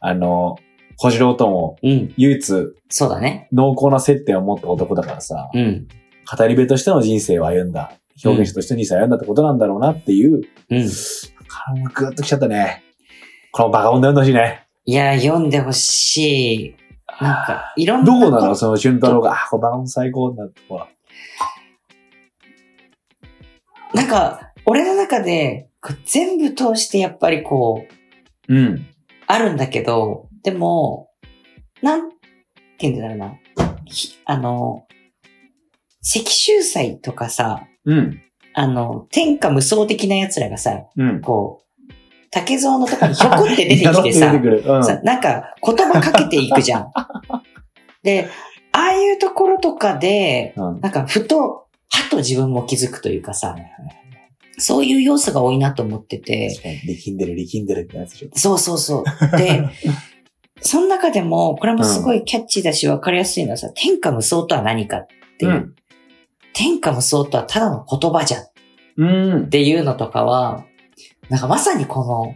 あの、小次郎とも、うん。うん。唯一そうだね。濃厚な接点を持った男だからさ。うん。語り部としての人生を歩んだ、表現者としての人生を歩んだってことなんだろうなっていう、うん。あもうグッときちゃったね。このバカ女読んでほしいね。いや、読んでほしい。なんか、いろんなどこ。ことなのその俊太郎が、あ、このバカ女最高だとか。なんか、俺の中で、こう全部通してやっぱりこう、うん。あるんだけど、でも、なんて言うんだろうな。ひあの、赤州祭とかさ、うん。あの、天下無双的な奴らがさ、うん。こう、竹蔵のとこにひょこって出 [laughs] てやろきってて出さて、くる。うん。さ、なんか言葉かけていく [laughs] じゃん。で、ああいうところとかで、うんなんかふと、はと自分も気づくというかさ、そういう要素が多いなと思ってて、確かに、力んでる、力んでるってやつでしょ。そうそうそう。 [laughs] で、その中でも、これもすごいキャッチーだし分かりやすいのはさ、天下無双とは何かっていう、うん天下無双とはただの言葉じゃんっうん。ていうのとかは、なんかまさにこの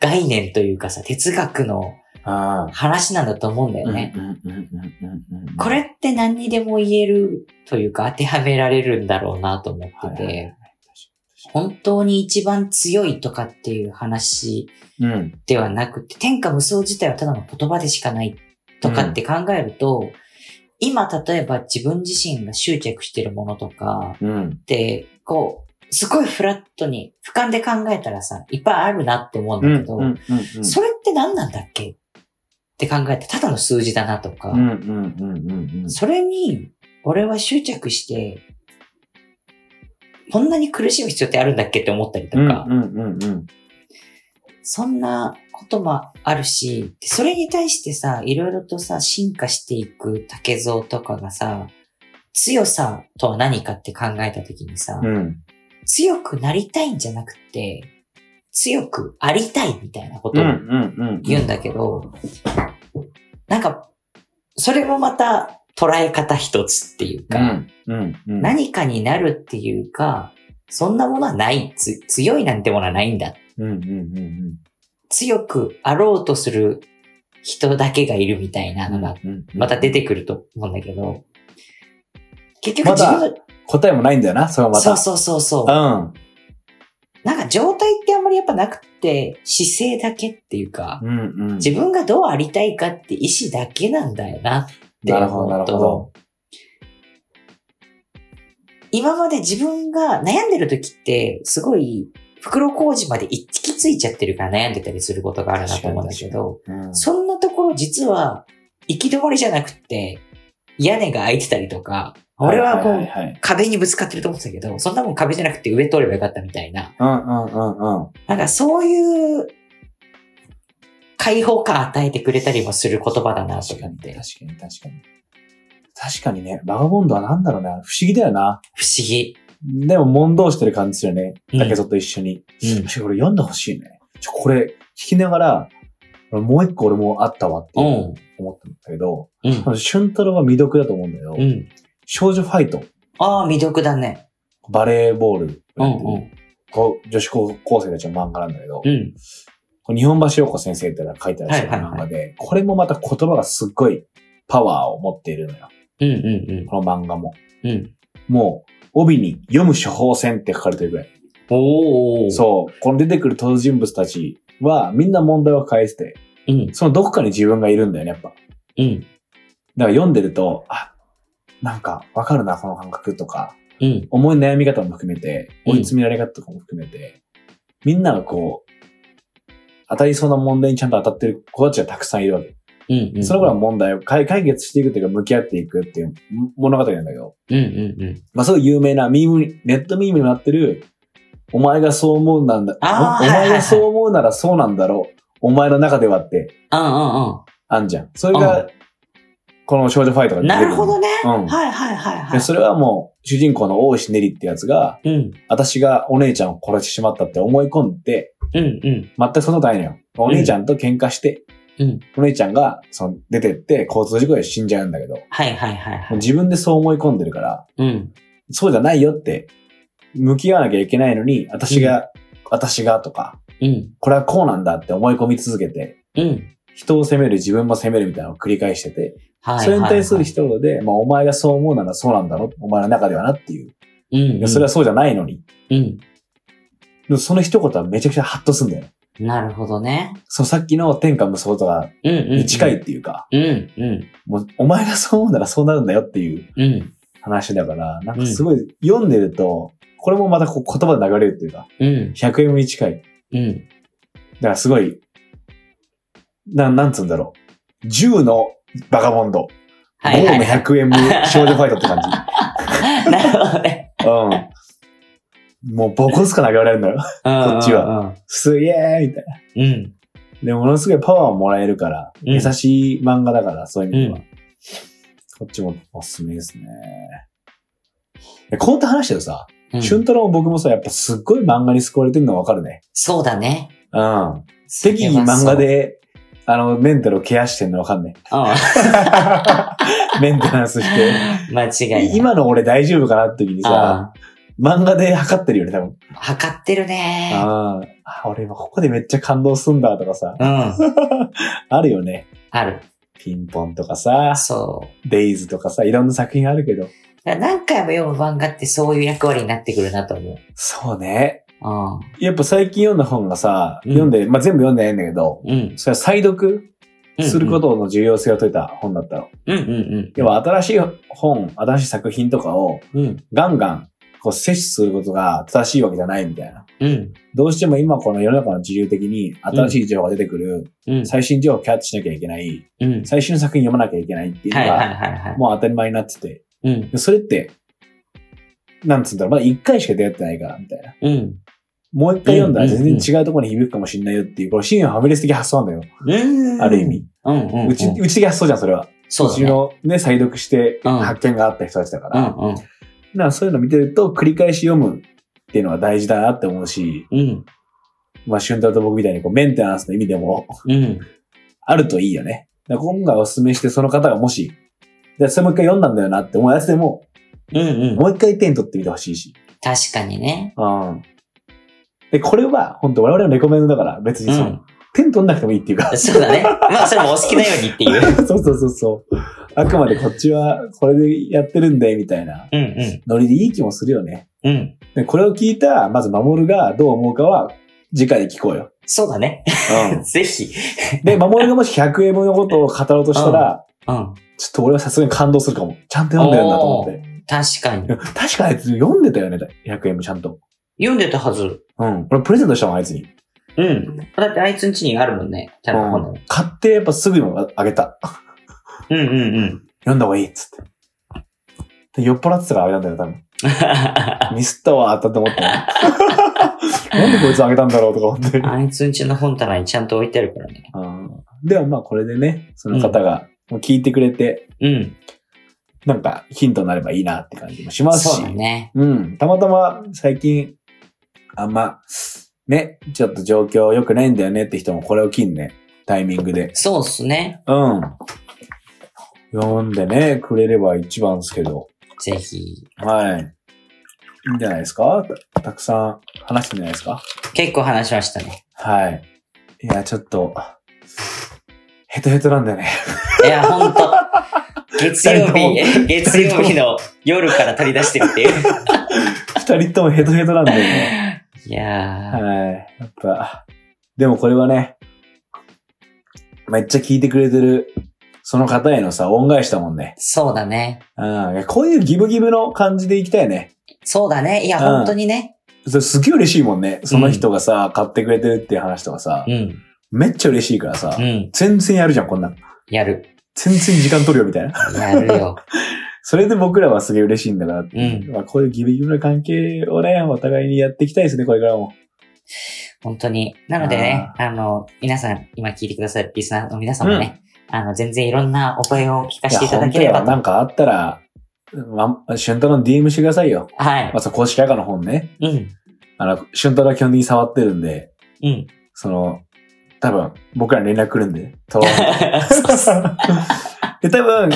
概念というかさ、哲学のああ。話なんだと思うんだよね。うんうんうんうんうんうんこれって何にでも言えるというか当てはめられるんだろうなと思ってて、はいはい本当に一番強いとかっていう話うん。ではなくて、天下無双自体はただの言葉でしかないとかって考えると、今例えば自分自身が執着してるものとかうん。って、こう、すごいフラットに、俯瞰で考えたらさ、いっぱいあるなって思うんだけど、うんそれって何なんだっけって考えて、ただの数字だなとか、うんうんうんうんうんそれに、俺は執着して、こんなに苦しむ必要ってあるんだっけって思ったりとか、うんうんうんそんなこともあるし、でそれに対してさ、いろいろとさ、進化していく竹蔵とかがさ、強さとは何かって考えたときにさ、うん。うん。強くなりたいんじゃなくて、強くありたいみたいなこうとをんうんうん。言うんだけど、なんか、それもまた捉え方一つっていううか、んうんうん。何かになるっていうか、そんなものはない、つ強いなんてものはないんだうんうんうんうん。強くあろうとする人だけがいるみたいなのが、うんうんうんまた出てくると思うんだけど、結局ま自た分の、答えもないんだよな、それはまた。そうそうそうそう、なんか状態ってあんまりやっぱなくて、姿勢だけっていうか、うん。うんうん。自分がどうありたいかって意思だけなんだよなってなるほ思ど、なるうほとど、。今まで自分が悩んでる時って、すごい、袋小路まで行き着いちゃってるから悩んでたりすることがあるなと思うんだけど、うんそんなところ実は、行き止まりじゃなくて、屋根が開いてたりとか、俺はこ、いいういはい壁にぶつかってると思ってたけど、そんなもん壁じゃなくて上通ればよかったみたいな。うんうんうんうん。なんかそういう、解放感与えてくれたりもする言葉だなと確かかっに、確て。かに、確かに。確かにね、バガボンドはなんだろうな、不思議だよな。不思議。でも、問答してる感じするよね。うん竹蔵と一緒に。うん確。かにこれ読んでほしいね。ちょ、これ聞きながら、もう一個俺もあったわって思ったんだけど、うん多。分俊太郎は未読だと思うんだけど、うん。少女ファイト、ああ、魅力だね。バレーボール、うんうん。こう女子高校生たちの漫画なんだけど、うん。こう日本橋陽子先生ってのが書いてある人の漫画で、これもまた言葉がすっごいパワーを持っているのよ。うんうんこの漫画も。うん。うん。もう、帯に読む処方箋って書かれてるぐらい。おー。そう。この出てくる登場人物たちは、みんな問題を返してて、う。うん。そのどこかに自分がいるんだよね、やっぱ。うん。だから読んでると、あ、なんかわかるな、この感覚とか、うん。思い悩み方も含めて、うん追い詰められ方とかも含めて、みんながこう、当たりそうな問題にちゃんと当たってる子たちがたくさんいるわけ。うん。うん。その子らの問題を解解決していくというか、向き合っていくっていう物語なんだけど、うんうんうん。まあ、すごい有名なミームに、ネットミームになってる、お前がそう思うなんだ、あーはおおいはい前はいがそう思うならそうなんだろう、お前の中ではって、うんうんあんじゃん。それが、この少女ファイトがうん。出てなくる。るほどね。うん。はいはいはいはで、い。それはもう、主人公の大石ねりってやつが、うん。私がお姉ちゃんを殺してしまったって思い込んで、うんうん。全くそんなことないのよ。お姉ちゃんと喧嘩して、うんお姉ちゃんが、その、出てって、交通事故で死んじゃうんだけど、もはいはいはいはうい。自分でそう思い込んでるから、うん。そうじゃないよって、向き合わなきゃいけないのに、私が、私がとか、うん。これはこうなんだって思い込み続けて、うん。人を責める、自分も責めるみたいなのを繰り返してて、はいはい、はい。それに対する一言で、まあ、お前がそう思うならそうなんだろう、お前の中ではなっていう。うんうん、いやそれはそうじゃないのに、うん。でもその一言はめちゃくちゃハッとすんだよ。なるほどね。そのさっきの天下無双とかうんうん、に近い。っていうか、うんう。もうお前がそう思うならそうなるんだよっていうんうん。話だから、なんかすごい読んでると、これもまたこう言葉で流れるっていうか、うん。 100円に近い。うん。だからすごい、なん、なんつうんだろう。10のバガボンド。はいはい、 5のはい。 100円少女ファイトって感じ。なるほどね。 [laughs] うん。もうボコスか投げられるんだよ。 [laughs] こっちは。すげえみたいな。うん。で、ものすごいパワーをもらえるから、うん優しい漫画だから、そういう意味では。うこっちもおすすめですね。えこうやって話してるとさ、うん俊太郎も僕もさ、やっぱすっごい漫画に救われてるのはわかるね。そうだね。うん。適宜漫画で、あの、メンタルをケアしてんのわか [laughs] んねそれはそメンテナンスして。う。うん。間違いない。今の俺大丈夫かなって時にさ、あ漫画で測ってるよね、多分。あ、測ってるね。あーあ、俺はここでめっちゃ感動すんだとかさ、うん。あるよね。ある。ピンポンとかさ、そう。デイズとかさ、いろんな作品あるけど。だから何回も読む漫画ってそういう役割になってくるなと思う。そうね。あやっぱ最近読んだ本がさ、うん読んで、まあ、全部読んでないんだけど、あうん。それは再読うんするこ。との重要性を説いた本だったの。うんうん要は新しい本、新しい作品とかをうん。うん。ガンガンこう摂取することが正しいわけじゃないみたいな。うん。どうしても今この世の中の自由的に新しい情報が出てくる、うん。最新情報をキャッチしなきゃいけない、うん。最新の作品読まなきゃいけないっていうのはいはいが、はいはい。もう当たり前になってて、うん。でそれって、なんつうんだろう、まだ一回しか出会ってないから、みたいな。うん。もう一回読んだらうんうんうん全然違うところに響くかもしれないよっていう、これ深夜ファミレス的発想なんだよ。うん。ある意。味。うんうんうん。うち、うち的発想じゃん、それは。そうだちね。のね、再読してうん発見があった人たちだかうら。んうん。なんかそういうの見てると、繰り返し読むっていうのは大事だなって思うし、うん。まあ、俊太と僕みたいにこうメンテナンスの意味でも [laughs] うん。あるといいよね。だから今回お勧めして、その方がもし、でそれもう一回読んだんだよなって思うやつでも、うんうん。もう一回手に取ってみてほしいし。確かにね。うん。で、これは、本当我々のレコメンドだから、別うにその、ん。手に取んなくてもいいっていうか、そう [laughs] だね。まあ、それもお好きなようにっていう。 [laughs] そうそうそうそう。あくまでこっちは、これでやってるんで、みたいなうんノリでいい気もするよね。うん。うん。で、これを聞いた、まず、守がどう思うかは、次回聞こうよ。そうだね。 [laughs] うん。ぜひ。で、守がもし100円分のことを語ろうとしたら、うん。ちょっと俺はさすがに感動するかも。ちゃんと読んでるんだと思って。確かにい。や確かあいつ読んでたよね、100円もちゃんと。読んでたはず。うん。俺プレゼントしたもん、あいつに。うん。だってあいつん家にあるもんね。ちゃんと本の買って、やっぱすぐにもあげた。うんうんうん。読んだ方がいいっつって。で酔っ払ってたからあげたんだよ、多分。あ [laughs] ミスったわ、あったと思って。なんでこいつあげたんだろうとか思って。いつん家の本棚にちゃんと置いてあるからね。うんでもまあこれでね、その方がもう聞いてくれて、うん。なんかヒントになればいいなって感じもしますそうし。だね。うん。たまたま最近、あんま、ね、ちょっと状況良くないんだよねって人もこれを機にね、タイミングでそうっすね。うん。読んでね、くれれば一番ですけど。ぜひ。はい。いいんじゃないですかたたくさん話してんじゃないですか結構話しましたね。はい。いや、ちょっと、ヘトヘトなんだよね。 [laughs] いや、ほんと。 [laughs] 月曜二日、月曜日の夜から取り出してるって [laughs] いう。二人ともヘトヘトなんだよね。いやー。はい。やっぱ、でもこれはね、めっちゃ聞いてくれてる、その方へのさ、恩返しだもんね。そうだね。うん。いやこういうギブギブの感じでいきたいね。そうだね。いや、うん本当にね。それすげえ嬉しいもんね。その人がさ、買ってくれてるっていう話とかさ、うん。めっちゃ嬉しいからさう、ん。全然やるじゃん、こんなん。やる。全然時間取るよ、みたいな。やる [laughs] よ。それで僕らはすげえ嬉しいんだから。んまあ、こういうギリギリの関係をね、お互いにやっていきたいですね、これからも。本当に。なのでね、あの、皆さん、今聞いてくださるリスナーの皆さんもね、あの、全然いろんなお声を聞かせていただけれいやば本当やわなと。んかあったら、まあ、俊太郎の DM してくださいよ。はいま。ず公式赤の本ね。うん。あの、俊太郎は基本的に触ってるんで、 [laughs] うん。その、多分、僕らに連絡来る [laughs] んで、と。で、多分、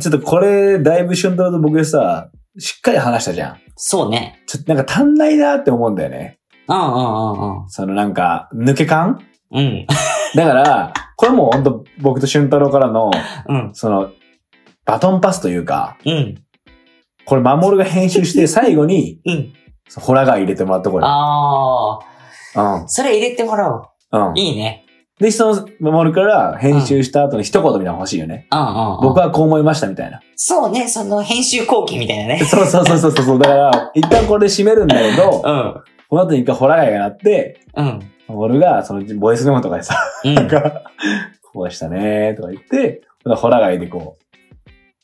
ちょっとこれ、だいぶ俊太郎と僕でさ、しっかり話したじゃん。そうね。ちょっとなんか足んないなって思うんだよね。うんうんうんうん。そのなんか、抜け感うん。だから、これもうほんと僕と俊太郎からの、うん。その、バトンパスというか、うん。これ、守が編集 [laughs] して最後に、うん。ホラガイ入れてもらったこれ。ああ。うん。それ入れてもらおう。うん。いいね。で、その、守から編集した後に一言みたいなの欲しいよね。うんうん、うん。僕。はこう思いましたみたいな。そうね、その編集後期みたいな [laughs] ね。そうそうそうそうそう。だから、一旦これで締めるんだけど、ん。この後に一回ホラガイがなって、うん。守が、その、ボイスメモとかでさ、うん。なんか、こうしたねーとか言って、またホラガイでこう、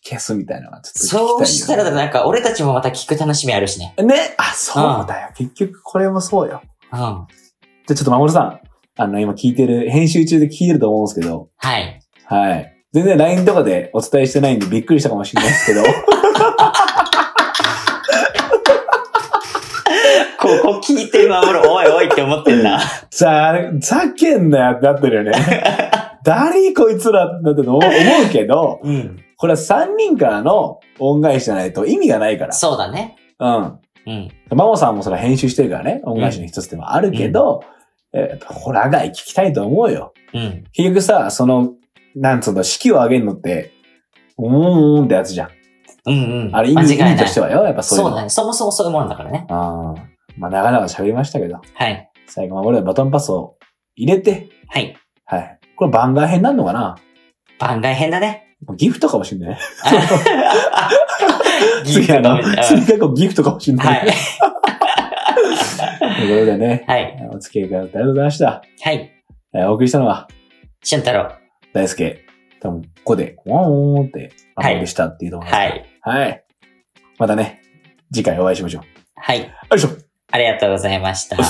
消すみたいなのがちょっと聞きたいよそうしたら、なんか、俺たちもまた聞く楽しみあるしね。ね。ねあ、そうだよ。結局これもそうよ。うん。はじゃあちょっと守さん、あの、今聞いてる、編集中で聞いてると思うんですけど、い。はい。全然 LINE とかでお伝えしてないんで [laughs] びっくりしたかもしれないですけど、こ聞いて守る、おいおいって思ってんな。さあ、ふざけんなよってなってるよね。 [laughs] 誰こいつらってなってると思う思うけど、うん。これは3人からの恩返しじゃないと意味がないから。そうだね。うん。うん。マモさんもそれは編集してるからね、恩返しの一つでもあるけど、えっと、ホラー街聞きたいと思うよ。うん。結局さ、その、なんつうの、式を上げるのって、うーんってやつじゃん。うんうん。あれ意間味違い意ない味としてはよ、やっぱそういうその。うだね。そもそもそういうもんだからね。あーまあ、長々喋りましたけど、はい。最後まで俺はバトンパスを入れて、はい。はい。これ番外編なんのかな番外編だ [laughs] ね。もうギフトかもしんない。 [laughs] ギ次フあトのの、うん次結構ギフトかもしんはない。い。ということでね、はい。お付き合いくださってありがとうございました。はい。えーお送りしたのは、俊太郎。大輔。多分、ここで、ワンオーンって、あはいでしたっていうところはでい。はい。はい。またね、次回お会いしましょう。はい。よいしょありがとうございましたよ。し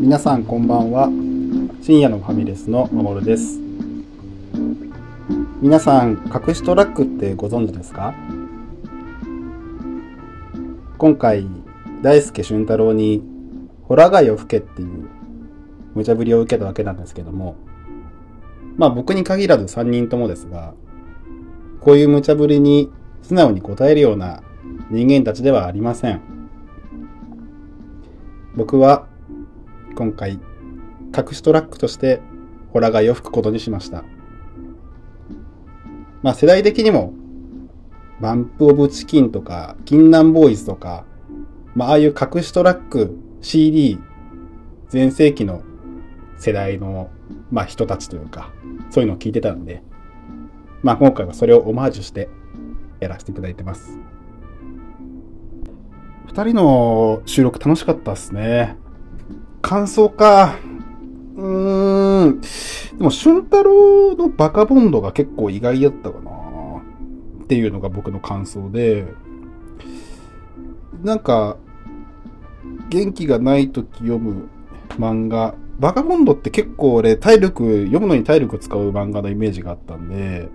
皆さんこんばんは深夜のファミレスのまもるです皆さん隠しトラックってご存知ですか今回大輔俊太郎に「ホラガイを吹け」っていう無茶ぶりを受けたわけなんですけどもまあ僕に限らず3人ともですがこういう無茶ぶりに素直に答えるような人間たちではありません僕は今回隠しトラックとしてホラガイを吹くことにしましたまあ世代的にもバンプオブチキンとか、銀南ボーイズとか、まあああいう隠しトラック、CD、全盛期の世代の、まあ人たちというか、そういうのを聞いてたんで、まあ今回はそれをオマージュしてやらせていただいてます。二人の収録楽しかったですね。感想か。うーん。でも、俊太郎のバカボンドが結構意外だったかな。っていうのが僕の感想で、なんか、元気がない時読む漫画、バカボンドって結構俺、体力、読むのに体力使う漫画のイメージがあったんで、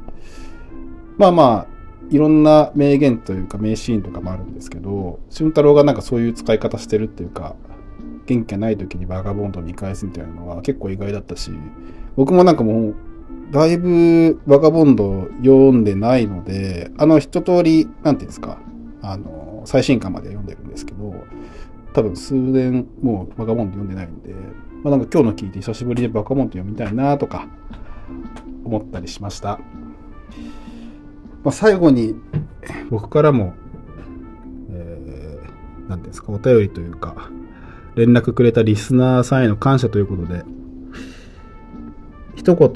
まあまあ、いろんな名言というか名シーンとかもあるんですけど、俊太郎がなんかそういう使い方してるっていうか、元気がない時にバカボンドを見返すみたいなのは結構意外だったし、僕もなんかもうだいぶバカボンド読んでないので、あの一通り、なんていうんですか、あの、最新刊まで読んでるんですけど、多分数年もうバカボンド読んでないんで、まあなんか今日の聞いて久しぶりでバカボンド読みたいなとか、思ったりしました。まあ最後に、僕からも、えー、なんていうんですか、お便りというか、連絡くれたリスナーさんへの感謝ということで、一言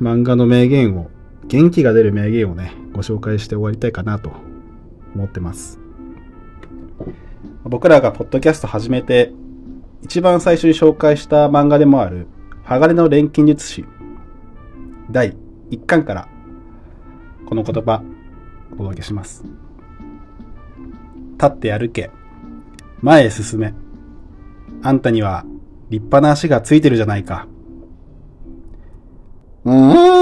漫画の名言を元気が出る名言をねご紹介して終わりたいかなと思ってます僕らがポッドキャスト始めて一番最初に紹介した漫画でもある「鋼の錬金術師」第1巻からこの言葉お届けします立って歩け前へ進めあんたには立派な足がついてるじゃないかうーん